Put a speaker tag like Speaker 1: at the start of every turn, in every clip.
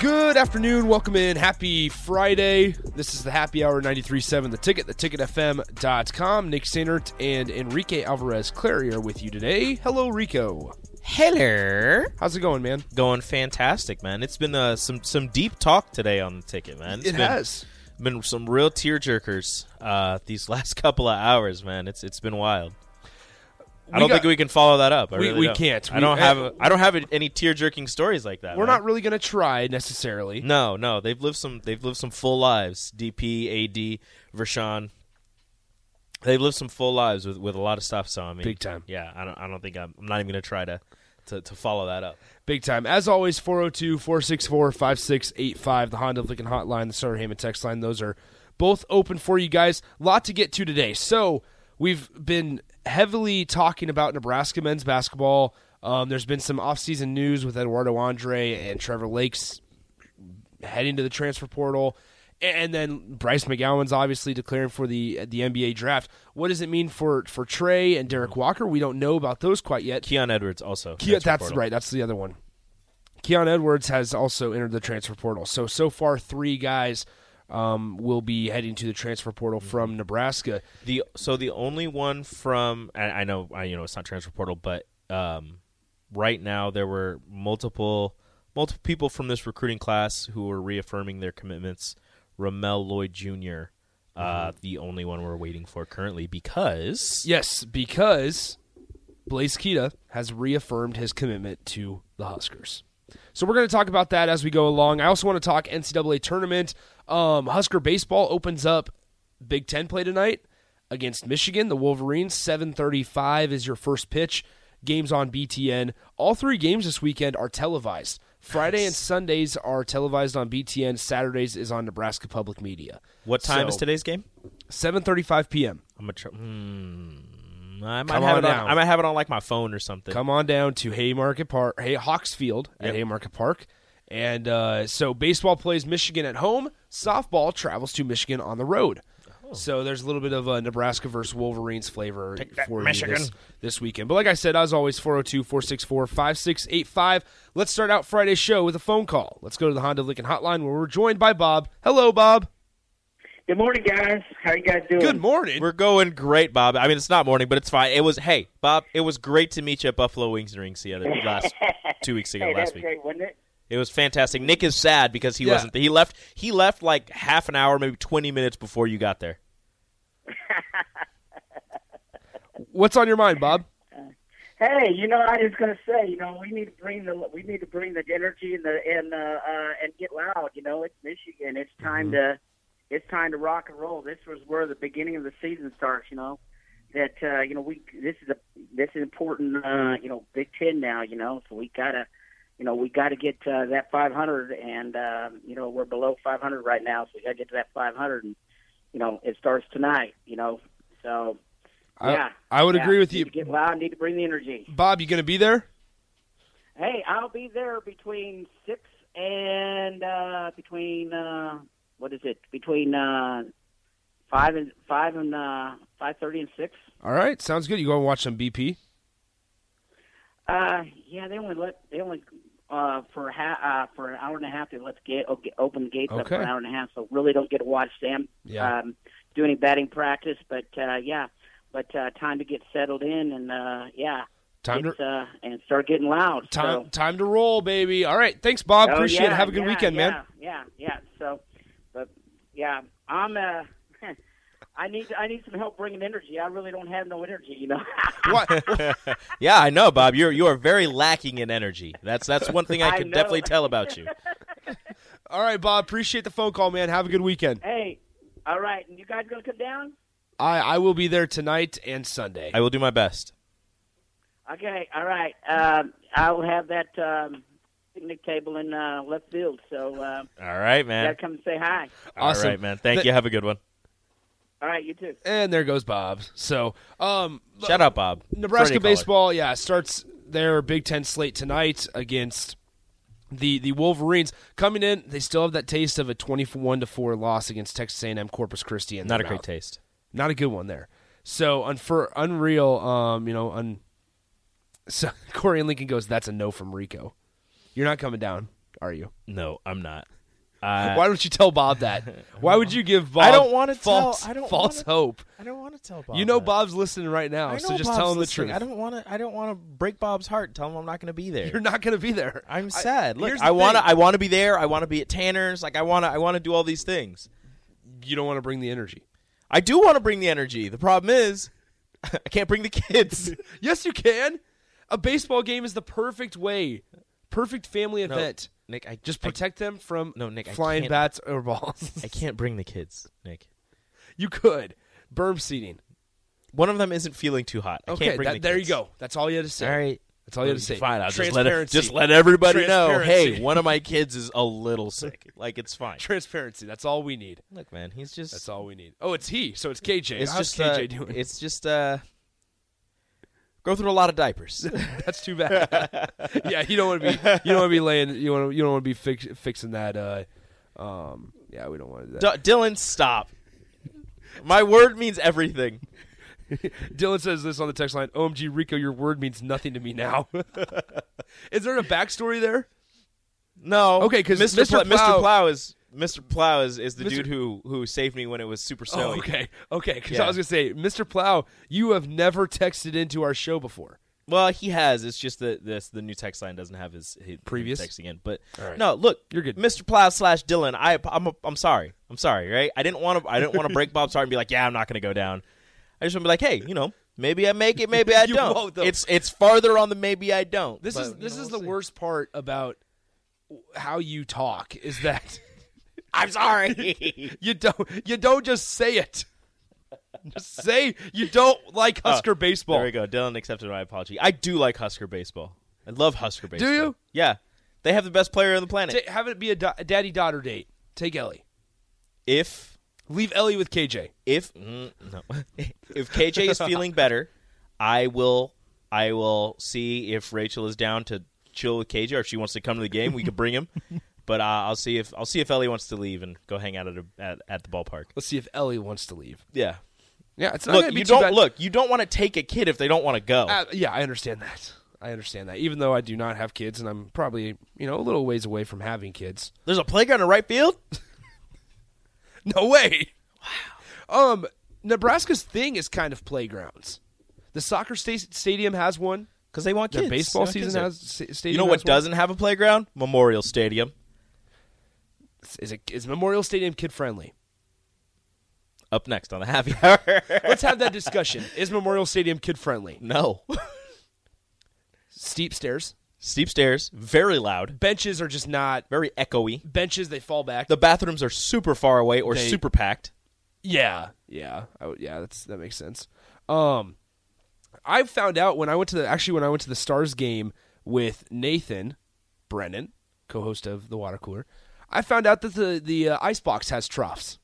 Speaker 1: Good afternoon. Welcome in. Happy Friday. This is the Happy Hour 93.7, The Ticket, theticketfm.com. Nick Sainert and Enrique Alvarez Clary are with you today. Hello, Rico.
Speaker 2: Hello.
Speaker 1: How's it going, man?
Speaker 2: Going fantastic, man. It's been uh, some some deep talk today on the ticket, man. It's
Speaker 1: It
Speaker 2: been,
Speaker 1: has.
Speaker 2: been some real tear jerkers uh, these last couple of hours, man. It's it's been wild. I
Speaker 1: We
Speaker 2: don't
Speaker 1: got-
Speaker 2: think we can follow that up. I
Speaker 1: We-
Speaker 2: really
Speaker 1: we
Speaker 2: don't.
Speaker 1: can't.
Speaker 2: I
Speaker 1: We-
Speaker 2: don't
Speaker 1: uh,
Speaker 2: have a, I don't have any tear jerking stories like that.
Speaker 1: We're
Speaker 2: man.
Speaker 1: not really going to try necessarily.
Speaker 2: No, no. They've lived some. They've lived some full lives. DP, AD, Vershawn. They've lived some full lives with, with a lot of stuff. So I mean,
Speaker 1: Big time.
Speaker 2: Yeah, I don't. I don't think I'm. I'm not even gonna try to to, to follow that up.
Speaker 1: Big time. As always, 402 464 5685, the Honda of Lincoln Hotline, the Sutter Heyman text line. Those are both open for you guys. Lot to get to today. So, we've been heavily talking about Nebraska men's basketball. Um, there's been some offseason news with Eduardo Andre and Trevor Lake's heading to the transfer portal. And then Bryce McGowan's obviously declaring for the the NBA draft. What does it mean for, for Trey and Derek Walker? We don't know about those quite yet.
Speaker 2: Keon Edwards also.
Speaker 1: Keon,
Speaker 2: transfer
Speaker 1: that's
Speaker 2: portal.
Speaker 1: right. That's the other one. Keon Edwards has also entered the transfer portal. So so far, three guys um, will be heading to the transfer portal
Speaker 2: Mm-hmm.
Speaker 1: from Nebraska.
Speaker 2: The so the only one from I, I know I, you know it's not transfer portal, but um, right now there were multiple multiple people from this recruiting class who were reaffirming their commitments. Ramel Lloyd Jr. Uh,
Speaker 1: Mm-hmm.
Speaker 2: the only one we're waiting for currently because
Speaker 1: Yes, because Blaze Keita has reaffirmed his commitment to the Huskers. So we're going to talk about that as we go along. I also want to talk NCAA tournament. Um, Husker baseball opens up Big Ten play tonight against Michigan. The Wolverines 7:35 is your first pitch. Games on BTN. All three games this weekend are televised. Friday and Sundays are televised on BTN. Saturdays is on Nebraska Public Media.
Speaker 2: what time is
Speaker 1: So,
Speaker 2: today's game?
Speaker 1: 7:35 p.m.
Speaker 2: I'm gonna try. Hmm, I might
Speaker 1: Come
Speaker 2: have
Speaker 1: on
Speaker 2: it on.
Speaker 1: down.
Speaker 2: I might have it on like my phone or something.
Speaker 1: come on down to Haymarket Park, Hay Hawksfield at
Speaker 2: Yep.
Speaker 1: Haymarket Park, and uh, so baseball plays Michigan at home. Softball travels to Michigan on the road.
Speaker 2: Oh.
Speaker 1: So there's a little bit of a Nebraska versus Wolverines flavor for you
Speaker 2: Michigan.
Speaker 1: this, this weekend. But like I said, as always, 402-464-5685. Let's start out Friday's show with a phone call. Let's go to the Honda of Lincoln hotline where we're joined by Bob. Hello, Bob.
Speaker 3: Good morning, guys. How you guys doing?
Speaker 1: Good morning.
Speaker 2: We're going great, Bob. I mean, it's not morning, but it's fine. It was hey, Bob. It was great to meet you at Buffalo Wings and Rings the other last two weeks ago.
Speaker 3: Hey,
Speaker 2: last
Speaker 3: that's
Speaker 2: week,
Speaker 3: great, wasn't it?
Speaker 2: It was fantastic. Nick is sad because he
Speaker 1: Yeah.
Speaker 2: wasn't. He left. He left like half an hour, maybe twenty minutes before you got there.
Speaker 1: What's on your mind, Bob?
Speaker 3: Hey, you know, I was gonna say, you know, we need to bring the we need to bring the energy and the and uh, uh and get loud. You know, it's Michigan. It's time to it's time to rock and roll. This was where the beginning of the season starts. You know, that uh, you know we this is a this is important. Uh, you know, Big Ten now. You know, so we gotta you know we gotta get uh, that 500, and uh, you know we're below 500 right now, so we gotta get to that 500, and you know it starts tonight. You know, so. Yeah.
Speaker 1: I, I would
Speaker 3: Yeah,
Speaker 1: agree with
Speaker 3: need
Speaker 1: you.
Speaker 3: to Get loud. Need to bring the energy.
Speaker 1: Bob, you going to be there?
Speaker 3: Hey, I'll be there between six and uh, between uh, what is it? Between uh, five and five and uh, five thirty and six.
Speaker 1: All right, sounds good. You go and watch some BP.
Speaker 3: Uh, yeah, they only let they only uh, for a ha- uh, for an hour and a half. They let the gate oh, get- open the gates up for
Speaker 1: Okay.
Speaker 3: an hour and a half, so really don't get to watch them
Speaker 1: Yeah.
Speaker 3: um, do any batting practice. But uh, yeah, but uh, time to get settled in and uh, yeah,
Speaker 1: Time to
Speaker 3: it's, uh, and start getting loud.
Speaker 1: Time,
Speaker 3: so.
Speaker 1: time to roll, baby. All right. Thanks, Bob.
Speaker 3: Oh,
Speaker 1: Appreciate it.
Speaker 3: yeah,
Speaker 1: Have a good
Speaker 3: yeah,
Speaker 1: weekend,
Speaker 3: yeah,
Speaker 1: man.
Speaker 3: Yeah, yeah. So, but yeah, I'm. Uh, I need I need some help bringing energy. I really don't have no energy, you know.
Speaker 1: What?
Speaker 2: Yeah, I know, Bob. You're you are very lacking in energy. That's that's one thing I
Speaker 3: I
Speaker 2: can
Speaker 3: know.
Speaker 2: definitely tell about you.
Speaker 1: All right, Bob. Appreciate the phone call, man. Have a good weekend.
Speaker 3: hey, all right, and you guys gonna come down?
Speaker 1: I, I will be there tonight and Sunday.
Speaker 2: I will do my best.
Speaker 3: Okay, all right. Um, I will have that um, picnic table in uh, left field, so uh,
Speaker 2: All right,
Speaker 3: you gotta
Speaker 2: man.
Speaker 3: come say hi.
Speaker 1: Awesome.
Speaker 2: All right, man. Thank
Speaker 1: Th-
Speaker 2: you. Have a good one.
Speaker 3: All right, you too.
Speaker 1: and there goes Bob. So, um,
Speaker 2: Shout out, Bob.
Speaker 1: Nebraska
Speaker 2: Friday caller.
Speaker 1: baseball, yeah, starts their Big Ten slate tonight against the the Wolverines. Coming in, they still have that taste of a twenty-one to four loss against Texas A&M Corpus Christi. In
Speaker 2: Not a
Speaker 1: their
Speaker 2: great
Speaker 1: mouth.
Speaker 2: taste.
Speaker 1: not a good one there. So unfor- unreal, um, you know, un- so Corey and Lincoln goes, "That's a no from Rico. You're not coming down, are you?
Speaker 2: No, I'm not. I,
Speaker 1: Why don't you tell Bob that? Why would you give Bob?
Speaker 2: Uh, I don't wanna tell-
Speaker 1: false,
Speaker 2: I don't
Speaker 1: false
Speaker 2: wanna-
Speaker 1: hope.
Speaker 2: I don't want to tell Bob.
Speaker 1: you know
Speaker 2: that.
Speaker 1: Bob's listening right now,
Speaker 2: I know
Speaker 1: Oh, so just
Speaker 2: Bob's
Speaker 1: tell him the
Speaker 2: listening.
Speaker 1: truth.
Speaker 2: I don't want to. I don't want to break Bob's heart. Tell him I'm not going to be there.
Speaker 1: You're not going to be there.
Speaker 2: I'm sad. Look,
Speaker 1: here's the
Speaker 2: I want to.
Speaker 1: thing.
Speaker 2: I want to be there. I want to be at Tanner's. Like I want to. I want to do all these things.
Speaker 1: you don't want to bring the energy.
Speaker 2: I do want to bring the energy. The problem is, I can't bring the kids.
Speaker 1: Yes, you can. A baseball game is the perfect way, perfect family event.
Speaker 2: Nick, I
Speaker 1: Just
Speaker 2: I-
Speaker 1: protect them from
Speaker 2: No, Nick, I
Speaker 1: flying
Speaker 2: can't-
Speaker 1: bats or balls.
Speaker 2: I can't bring the kids, Nick.
Speaker 1: you could berm seating.
Speaker 2: One of them isn't feeling too hot. I
Speaker 1: Okay,
Speaker 2: can't bring
Speaker 1: that-
Speaker 2: the
Speaker 1: there you
Speaker 2: kids.
Speaker 1: go. That's all you had to say.
Speaker 2: All right.
Speaker 1: That's all you had to say.
Speaker 2: Fine, I'll just let it,
Speaker 1: Transparency.
Speaker 2: just let everybody know.
Speaker 1: Transparency.
Speaker 2: Hey, one of my kids is a little sick. Like it's fine.
Speaker 1: Transparency. That's all we need.
Speaker 2: Look, man, he's just
Speaker 1: That's all we need. Oh, it's he. So it's KJ.
Speaker 2: It's
Speaker 1: How's
Speaker 2: just
Speaker 1: KJ
Speaker 2: uh,
Speaker 1: doing?
Speaker 2: It's just uh, go through a lot of diapers.
Speaker 1: That's too bad. yeah, you don't want to be. You don't want to be laying. You want. You don't want to be fix, fixing that. Uh, um. Yeah, we don't want to do that.
Speaker 2: D- Dylan, stop. My word means everything.
Speaker 1: Dylan says this on the text line. OMG, Rico, your word means nothing to me now. Is there a backstory there?
Speaker 2: No,
Speaker 1: Okay, 'cause
Speaker 2: Mr.
Speaker 1: Mr.
Speaker 2: Pla-
Speaker 1: Plow-
Speaker 2: Mr. Plow is Mr. Plow is, is the
Speaker 1: Mr.
Speaker 2: dude who who saved me when it was super snowy.
Speaker 1: Oh, okay, okay. Because I
Speaker 2: Yeah.
Speaker 1: was gonna say, Mr. Plow, you have never texted into our show before.
Speaker 2: Well, he has. It's just that this the new text line doesn't have his, his
Speaker 1: Previous?
Speaker 2: text again. But
Speaker 1: right.
Speaker 2: no, look,
Speaker 1: You're good.
Speaker 2: Mr. Plow slash Dylan. I ap- I'm I'm sorry. I'm sorry. Right? I didn't want to. I didn't want to break Bob's heart and be like, yeah, I'm not going to go down. I just want to be like, hey, you know, maybe I make it, maybe I
Speaker 1: You
Speaker 2: don't.
Speaker 1: won't, though.
Speaker 2: it's it's farther on the maybe I don't.
Speaker 1: This
Speaker 2: but,
Speaker 1: is
Speaker 2: you
Speaker 1: this
Speaker 2: know,
Speaker 1: is the
Speaker 2: we'll see.
Speaker 1: worst part about w- how you talk is that
Speaker 2: I'm sorry.
Speaker 1: you don't you don't just say it. Just say you don't like Husker baseball.
Speaker 2: Oh, Uh, there we go. Dylan accepted my apology. I do like Husker baseball. I love Husker baseball.
Speaker 1: you?
Speaker 2: Yeah. They have the best player on the planet.
Speaker 1: Ta- have it be a, da- a daddy daughter date. Take Ellie.
Speaker 2: if
Speaker 1: Leave Ellie with KJ.
Speaker 2: if mm, no. if KJ is feeling better, I will I will see if Rachel is down to chill with KJ or if she wants to come to the game. We could bring him, but uh, I'll see if I'll see if Ellie wants to leave and go hang out at a, at, at the ballpark.
Speaker 1: Let's see if Ellie wants to leave.
Speaker 2: Yeah,
Speaker 1: Yeah, it's not
Speaker 2: look
Speaker 1: gonna be
Speaker 2: you
Speaker 1: too
Speaker 2: don't
Speaker 1: bad.
Speaker 2: look you don't want to take a kid if they don't want to go.
Speaker 1: Uh, yeah, I understand that. I understand that. Even though I do not have kids, and I'm probably you know a little ways away from having kids.
Speaker 2: There's a playground in right field.
Speaker 1: No way. Wow. Um, Nebraska's thing is kind of playgrounds. The soccer sta- stadium has one.
Speaker 2: Because they want
Speaker 1: The
Speaker 2: kids.
Speaker 1: baseball
Speaker 2: They want kids
Speaker 1: season
Speaker 2: there.
Speaker 1: has sta- stadium.
Speaker 2: You know what
Speaker 1: has one.
Speaker 2: doesn't have a playground? Memorial Stadium.
Speaker 1: is it is Memorial Stadium kid friendly?
Speaker 2: Up next on the happy hour.
Speaker 1: Let's have that discussion. Is Memorial Stadium kid friendly?
Speaker 2: no.
Speaker 1: Steep stairs.
Speaker 2: Steep stairs, very loud,
Speaker 1: Benches are just not
Speaker 2: very echoey.
Speaker 1: benches. They fall back.
Speaker 2: The bathrooms are super far away or
Speaker 1: They-
Speaker 2: super packed.
Speaker 1: Yeah, yeah, I would, yeah. That's that makes sense. Um, I found out when I went to the actually when I went to the Stars game with Nathan Brennan, co-host of the Water Cooler. I found out that the the uh, Icebox has troughs.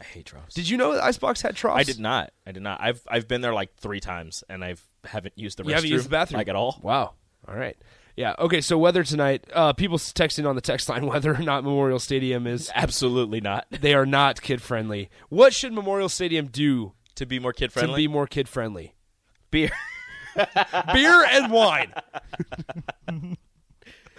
Speaker 2: I hate troughs.
Speaker 1: Did you know the Icebox had troughs?
Speaker 2: I did not. I did not. I've I've been there like three times and I've haven't used the restroom.
Speaker 1: You haven't used the bathroom
Speaker 2: like at all.
Speaker 1: Wow. All right. Yeah. Okay. So weather tonight. Uh, people s- texting on the text line whether or not Memorial Stadium is
Speaker 2: Absolutely not.
Speaker 1: they are not kid friendly. What should Memorial Stadium do
Speaker 2: To be more kid
Speaker 1: to be
Speaker 2: friendly,
Speaker 1: more kid friendly?
Speaker 2: beer
Speaker 1: Beer and wine.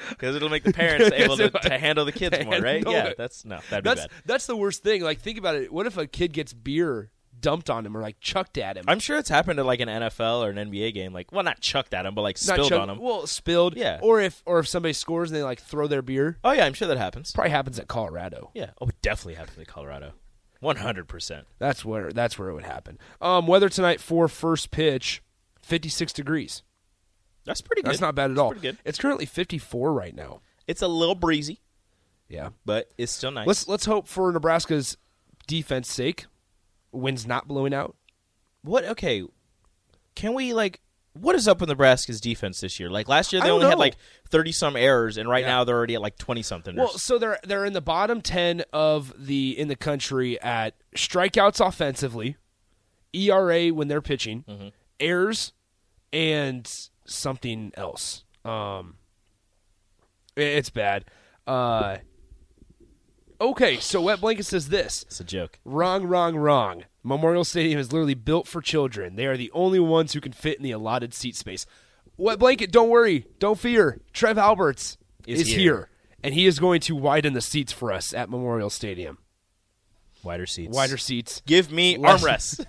Speaker 2: because it'll make the parents able to, to handle the kids more,
Speaker 1: Hand-
Speaker 2: right?
Speaker 1: no.
Speaker 2: Yeah, that's no, that'd be
Speaker 1: That's
Speaker 2: bad.
Speaker 1: that's the worst thing. Like, think about it. What if a kid gets beer dumped on him or like chucked at him?
Speaker 2: I'm sure it's happened at like an NFL or an NBA game. Like, well, not chucked at him, but like
Speaker 1: Not
Speaker 2: spilled
Speaker 1: chucked-
Speaker 2: on him.
Speaker 1: Well, spilled.
Speaker 2: Yeah.
Speaker 1: Or if or if somebody scores and they like throw their beer,
Speaker 2: Oh yeah, I'm sure that happens.
Speaker 1: probably happens at Colorado.
Speaker 2: Yeah. Oh, it definitely happened in Colorado. One hundred percent.
Speaker 1: That's where that's where it would happen. Um, weather tonight for first pitch, 56 degrees.
Speaker 2: That's pretty good.
Speaker 1: That's not bad at all.
Speaker 2: pretty good.
Speaker 1: It's currently 54 right now.
Speaker 2: It's a little breezy,
Speaker 1: Yeah.
Speaker 2: but it's still nice.
Speaker 1: Let's let's hope for Nebraska's defense sake wind's not blowing out.
Speaker 2: What? Okay, can we like? What is up with Nebraska's defense this year? Like last year,
Speaker 1: I
Speaker 2: they
Speaker 1: don't
Speaker 2: only had
Speaker 1: know.
Speaker 2: like thirty some errors, and right now they're already at like twenty something.
Speaker 1: Well, so they're they're in the bottom ten of the in the country at strikeouts offensively, ERA when they're pitching, errors, and something else. Um, i- it's bad. Uh, okay, so Wet Blanket says this:
Speaker 2: it's a joke.
Speaker 1: Wrong, wrong, wrong. Memorial Stadium is literally built for children. They are the only ones who can fit in the allotted seat space. Wet blanket, don't worry, don't fear. Trev Alberts
Speaker 2: Is
Speaker 1: is,
Speaker 2: here.
Speaker 1: here. and he is going to widen the seats for us at Memorial Stadium.
Speaker 2: Wider seats.
Speaker 1: Wider seats.
Speaker 2: Give me
Speaker 1: Less-
Speaker 2: armrests.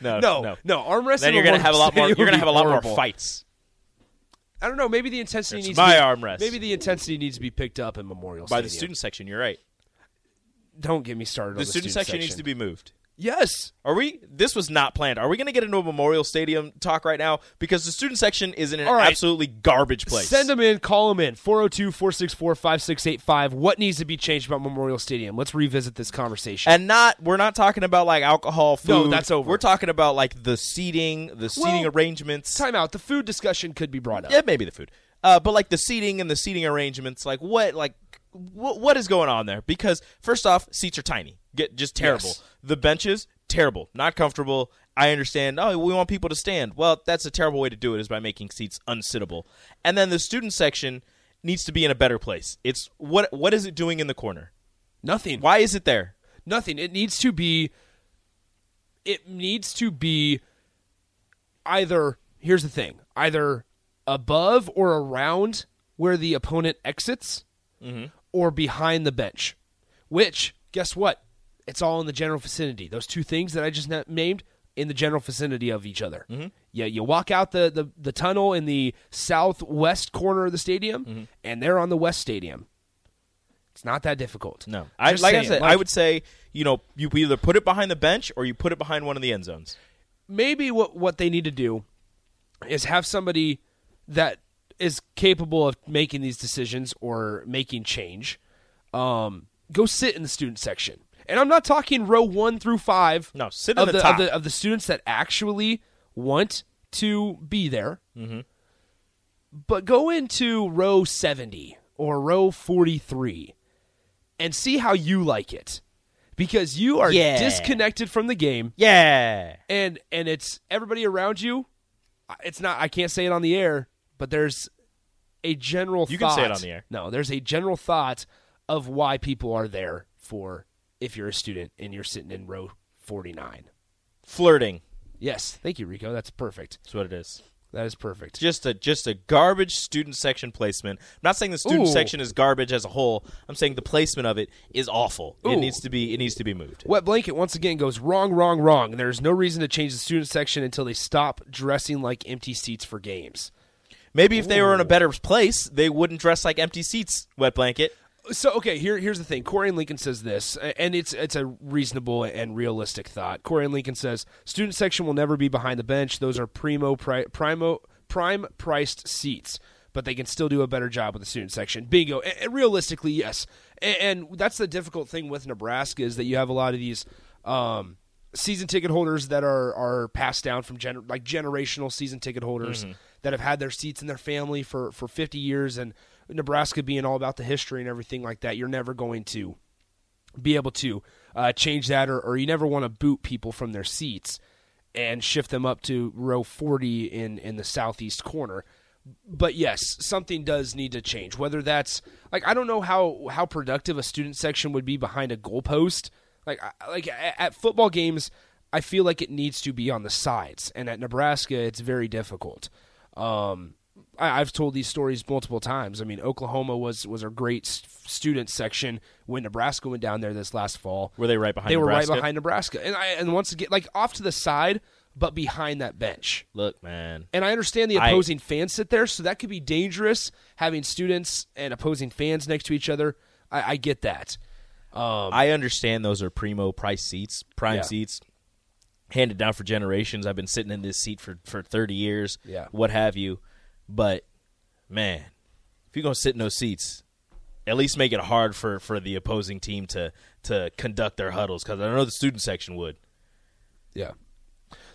Speaker 2: no,
Speaker 1: No,
Speaker 2: no,
Speaker 1: no, armrest.
Speaker 2: Then
Speaker 1: at
Speaker 2: you're gonna
Speaker 1: Memorial
Speaker 2: have a lot more. You're
Speaker 1: Stadium
Speaker 2: gonna
Speaker 1: would
Speaker 2: have
Speaker 1: be
Speaker 2: a lot more
Speaker 1: horrible.
Speaker 2: fights.
Speaker 1: I don't know. Maybe the intensity
Speaker 2: It's
Speaker 1: needs
Speaker 2: my
Speaker 1: to be,
Speaker 2: armrest.
Speaker 1: Maybe the intensity needs to be picked up in Memorial
Speaker 2: By
Speaker 1: Stadium.
Speaker 2: the student section, you're right.
Speaker 1: Don't get me started. on
Speaker 2: The,
Speaker 1: the
Speaker 2: student, section, needs to be moved.
Speaker 1: Yes.
Speaker 2: Are we? This was not planned. Are we going to get into a Memorial Stadium talk right now? Because the student section is in an
Speaker 1: All right.
Speaker 2: absolutely garbage place.
Speaker 1: Send them in, call them in. 402 464 5685. What needs to be changed about Memorial Stadium? Let's revisit this conversation.
Speaker 2: and not we're not talking about like alcohol, food.
Speaker 1: No, that's over.
Speaker 2: We're talking about like the seating, the seating
Speaker 1: Well,
Speaker 2: arrangements.
Speaker 1: Time out. The food discussion could be brought up.
Speaker 2: Yeah, maybe the food. Uh, but like the seating and the seating arrangements, like what, like what, what is going on there? Because first off, seats are tiny, get just terrible.
Speaker 1: Yes.
Speaker 2: The benches, terrible, not comfortable. I understand. Oh, we want people to stand. Well, that's a terrible way to do it is by making seats unsittable. And then the student section needs to be in a better place. It's what what is it doing in the corner?
Speaker 1: Nothing.
Speaker 2: Why is it there?
Speaker 1: Nothing. It needs to be. It needs to be either. Here's the thing either above or around where the opponent exits
Speaker 2: Mm-hmm.
Speaker 1: or behind the bench, which, guess what? It's all in the general vicinity. Those two things that I just na- named in the general vicinity of each other. Mm-hmm. Yeah, you walk out the, the, the tunnel in the southwest corner of the stadium,
Speaker 2: Mm-hmm.
Speaker 1: and they're on the west stadium. It's not that difficult.
Speaker 2: No, I, like
Speaker 1: Just
Speaker 2: I
Speaker 1: saying,
Speaker 2: said, I
Speaker 1: like-
Speaker 2: would say you know you either put it behind the bench or you put it behind one of the end zones.
Speaker 1: maybe what what they need to do is have somebody that is capable of making these decisions or making change um, go sit in the student section and i'm not talking row one through five
Speaker 2: No, sit in
Speaker 1: of
Speaker 2: the
Speaker 1: the,
Speaker 2: top.
Speaker 1: Of, the, of the students that actually want to be there mm-hmm. but go into row 70 or row 43 and see how you like it because you are
Speaker 2: Yeah.
Speaker 1: disconnected from the game
Speaker 2: Yeah.
Speaker 1: and and it's everybody around you. I- It's not. I can't say it on the air, but there's a general.
Speaker 2: You can
Speaker 1: thought,
Speaker 2: say it on the air.
Speaker 1: No, there's a general thought of why people are there for if you're a student and you're sitting in row 49.
Speaker 2: flirting.
Speaker 1: Yes, thank you, Rico. That's perfect.
Speaker 2: That's what it is.
Speaker 1: That is perfect.
Speaker 2: Just a just a garbage student section placement. I'm not saying the student
Speaker 1: Ooh.
Speaker 2: section is garbage as a whole. I'm saying the placement of it is awful. It
Speaker 1: Ooh.
Speaker 2: needs to be it needs to be moved.
Speaker 1: Wet blanket once again goes wrong, wrong, wrong. There's no reason to change the student section until they stop dressing like empty seats for games.
Speaker 2: Maybe if they were in a better place, they wouldn't dress like empty seats. Wet blanket.
Speaker 1: So okay, here here's the thing. Corey and Lincoln says this, a- and it's it's a reasonable and realistic thought. Corey and Lincoln says student section will never be behind the bench. Those are primo pri- primo prime priced seats, but they can still do a better job with the student section. Bingo. A- and realistically, yes. A- and that's the difficult thing with Nebraska is that you have a lot of these um, season ticket holders that are are passed down from gener- like generational season ticket holders that have had their seats in their family for for 50 years and Nebraska being all about the history and everything like that you're never going to be able to uh, change that or, or you never want to boot people from their seats and shift them up to row 40 in in the southeast corner but yes something does need to change whether that's like i don't know how how productive a student section would be behind a goalpost like I- like a- at football games i feel like it needs to be on the sides and at nebraska it's very difficult um I, I've told these stories multiple times. I mean, Oklahoma was was a great s- student section when Nebraska went down there this last fall.
Speaker 2: Were they right behind
Speaker 1: They were
Speaker 2: Nebraska?
Speaker 1: right behind Nebraska, and I and once again, like off to the side, but behind that bench.
Speaker 2: Look, man.
Speaker 1: And I understand the
Speaker 2: I-
Speaker 1: opposing fans sit there, so that could be dangerous having students and opposing fans next to each other. I, I get that.
Speaker 2: I understand those are primo price seats, prime
Speaker 1: Yeah.
Speaker 2: seats, handed down for generations. I've been sitting in this seat for for thirty years,
Speaker 1: Yeah.
Speaker 2: what have you. But man, if you're gonna sit in those seats, at least make it hard for for the opposing team to to conduct their huddles because I know the student section would.
Speaker 1: Yeah.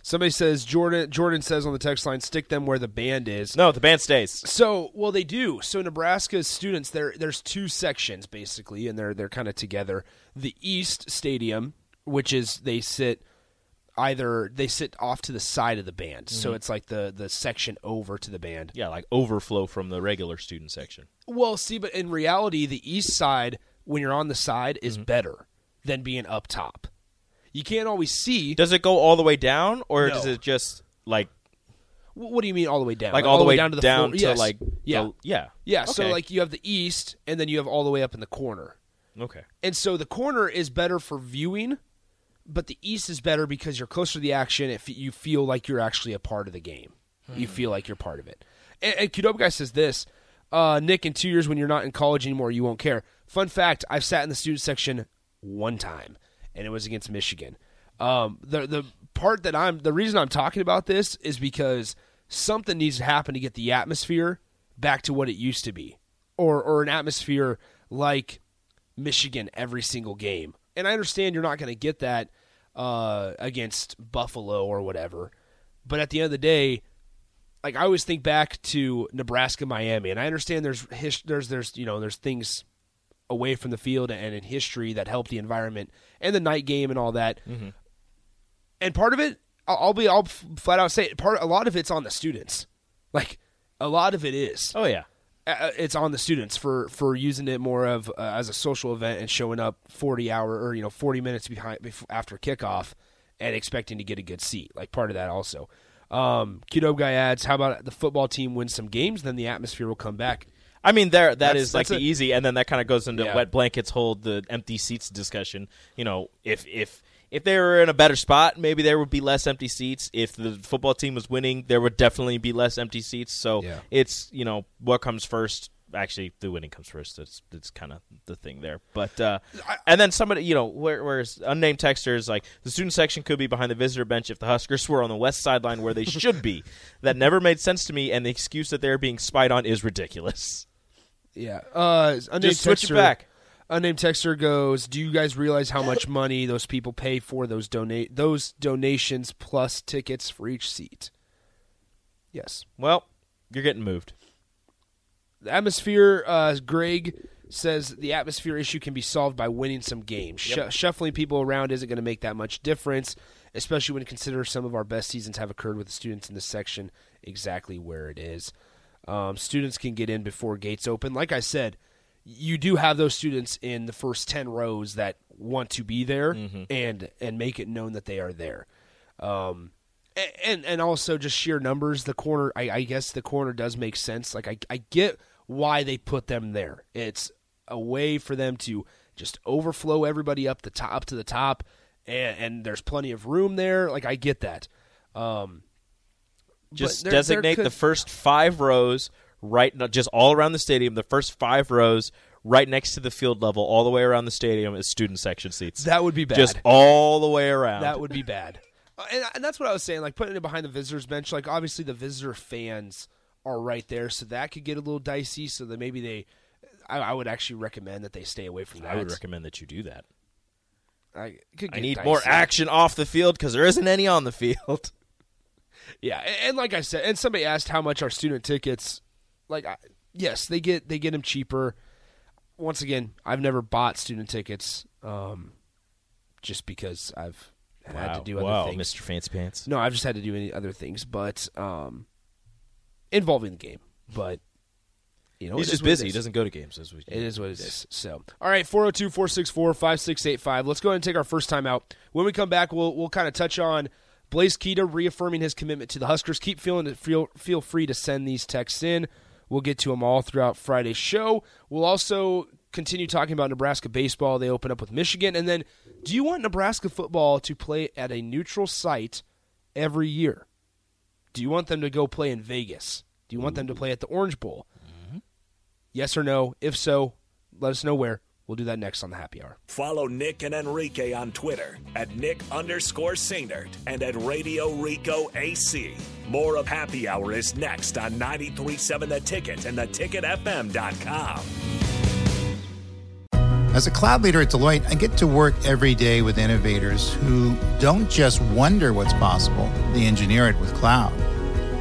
Speaker 1: Somebody says Jordan. Jordan says on the text line, "Stick them where the band is."
Speaker 2: No, the band stays.
Speaker 1: So, well, they do. So, Nebraska's students, there, there's two sections basically, and they're they're kind of together. The East Stadium, which is they sit either they sit off to the side of the band, so
Speaker 2: Mm-hmm.
Speaker 1: it's like the the section over to the band.
Speaker 2: Yeah, like overflow from the regular student section.
Speaker 1: Well, see, but in reality, the east side, when you're on the side, is
Speaker 2: Mm-hmm.
Speaker 1: better than being up top. You can't always see.
Speaker 2: Does it go all the way down, or
Speaker 1: No.
Speaker 2: does it just like
Speaker 1: Wh- what do you mean all the way down?
Speaker 2: like, all, the way
Speaker 1: down to the floor? Yes.
Speaker 2: like
Speaker 1: yeah,
Speaker 2: the- yeah,
Speaker 1: yeah. So
Speaker 2: Okay.
Speaker 1: like you have the east, and then you have all the way up in the corner,
Speaker 2: okay,
Speaker 1: and so the corner is better for viewing, but the east is better because you're closer to the action. If you feel like you're actually a part of the game, you feel like you're part of it. And, and Qdoba guy says this, uh, Nick. In two years, when you're not in college anymore, you won't care. Fun fact: I've sat in the student section one time, and it was against Michigan. Um, the the part that I'm the reason I'm talking about this is because something needs to happen to get the atmosphere back to what it used to be, or or an atmosphere like Michigan every single game. And I understand you're not going to get that uh, against Buffalo or whatever, but at the end of the day, like I always think back to Nebraska Miami, and I understand there's his, there's there's you know there's things away from the field and in history that help the environment and the night game and all that. And part of it, I'll, I'll be I'll f- flat out say it, part a lot of it's on the students, like a lot of it is
Speaker 2: oh yeah,
Speaker 1: uh, it's on the students for for using it more of uh, as a social event and showing up 40 hour or you know 40 minutes behind bef- after kickoff and expecting to get a good seat like part of that also um Qdobe guy adds how about the football team wins some games then the atmosphere will come back
Speaker 2: I mean, there
Speaker 1: That's-
Speaker 2: that's, like
Speaker 1: that's
Speaker 2: the
Speaker 1: a-
Speaker 2: easy, and then that kind of goes into
Speaker 1: Yeah.
Speaker 2: wet blankets hold the empty seats discussion. You know, if if if they were in a better spot, maybe there would be less empty seats. If the football team was winning, there would definitely be less empty seats. So
Speaker 1: Yeah.
Speaker 2: it's you know what comes first. Actually, the winning comes first. That's that's kind of the thing there. But uh, and then somebody, you know, where, where's unnamed texter is like the student section could be behind the visitor bench if the Huskers were on the west sideline where they should be. That never made sense to me, and the excuse that they're being spied on is ridiculous.
Speaker 1: yeah uh unnamed
Speaker 2: Just switch it
Speaker 1: texter-
Speaker 2: back.
Speaker 1: unnamed texter goes do you guys realize how much money those people pay for those donate those donations plus tickets for each seat yes
Speaker 2: Well, you're getting moved.
Speaker 1: The atmosphere, uh, Greg says the atmosphere issue can be solved by winning some games. Shu- shuffling people around isn't going to make that much difference, especially when you consider some of our best seasons have occurred with the students in this section exactly where it is. Um, students can get in before gates open. Like I said, you do have those students in the first 10 rows that want to be there and and make it known that they are there. Um, a- and and also just sheer numbers. The corner, I, I guess the corner does make sense. Like I, I get why they put them there. It's a way for them to just overflow everybody up the top up to the top, and, and there's plenty of room there. Like I get that. Um,
Speaker 2: Just
Speaker 1: there- there
Speaker 2: designate
Speaker 1: could-
Speaker 2: the first five rows right, not just all around the stadium. The first five rows right next to the field level, all the way around the stadium, is student section seats.
Speaker 1: that would be bad.
Speaker 2: just all the way around.
Speaker 1: That would be bad. Uh, And, and that's what I was saying. Like putting it behind the visitors bench. Like obviously the visitor fans are right there, so that could get a little dicey. So that maybe they, I, I would actually recommend that they stay away from that.
Speaker 2: I would recommend that you do that.
Speaker 1: I, it could
Speaker 2: I
Speaker 1: get
Speaker 2: need more
Speaker 1: dicey.
Speaker 2: action off the field because there isn't any on the field.
Speaker 1: Yeah, and, and like I said, and somebody asked how much our student tickets. Like, I, yes, they get they get them cheaper. Once again, I've never bought student tickets, um, just because I've had to do other
Speaker 2: wow,
Speaker 1: things.
Speaker 2: Mr. Fancy Pants.
Speaker 1: No, I've just had to do any other things, but um, involving the game. But you know,
Speaker 2: He's
Speaker 1: it is
Speaker 2: just
Speaker 1: what it
Speaker 2: busy. He
Speaker 1: is.
Speaker 2: doesn't go to games this week.
Speaker 1: It is what it is. So, all right, 402 464 5685. Let's go ahead and take our first time out. When we come back, we'll, we'll kind of touch on Blaze Keita reaffirming his commitment to the Huskers. Keep feeling it. Feel, feel free to send these texts in. We'll get to them all throughout Friday's show. We'll also continue talking about Nebraska baseball. They open up with Michigan. And then, do you want Nebraska football to play at a neutral site every year? Do you want them to go play in Vegas? Do you want them to play at the Orange Bowl? Yes or no? If so, let us know where. We'll do that next on the happy hour.
Speaker 4: Follow Nick and Enrique on Twitter at Nick underscore Sainert and at Radio Rico AC. More of Happy Hour is next on 937 The Ticket and theticketfm.com.
Speaker 5: As a cloud leader at Deloitte, I get to work every day with innovators who don't just wonder what's possible, they engineer it with cloud.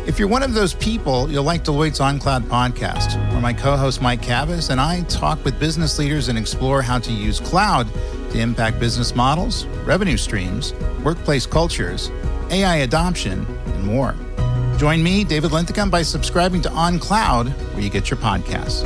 Speaker 5: If you're one of those people, you'll like Deloitte's On Cloud podcast, where my co host Mike Cavas and I talk with business leaders and explore how to use cloud to impact business models, revenue streams, workplace cultures, AI adoption, and more. Join me, David Linthicum, by subscribing to On Cloud, where you get your podcasts.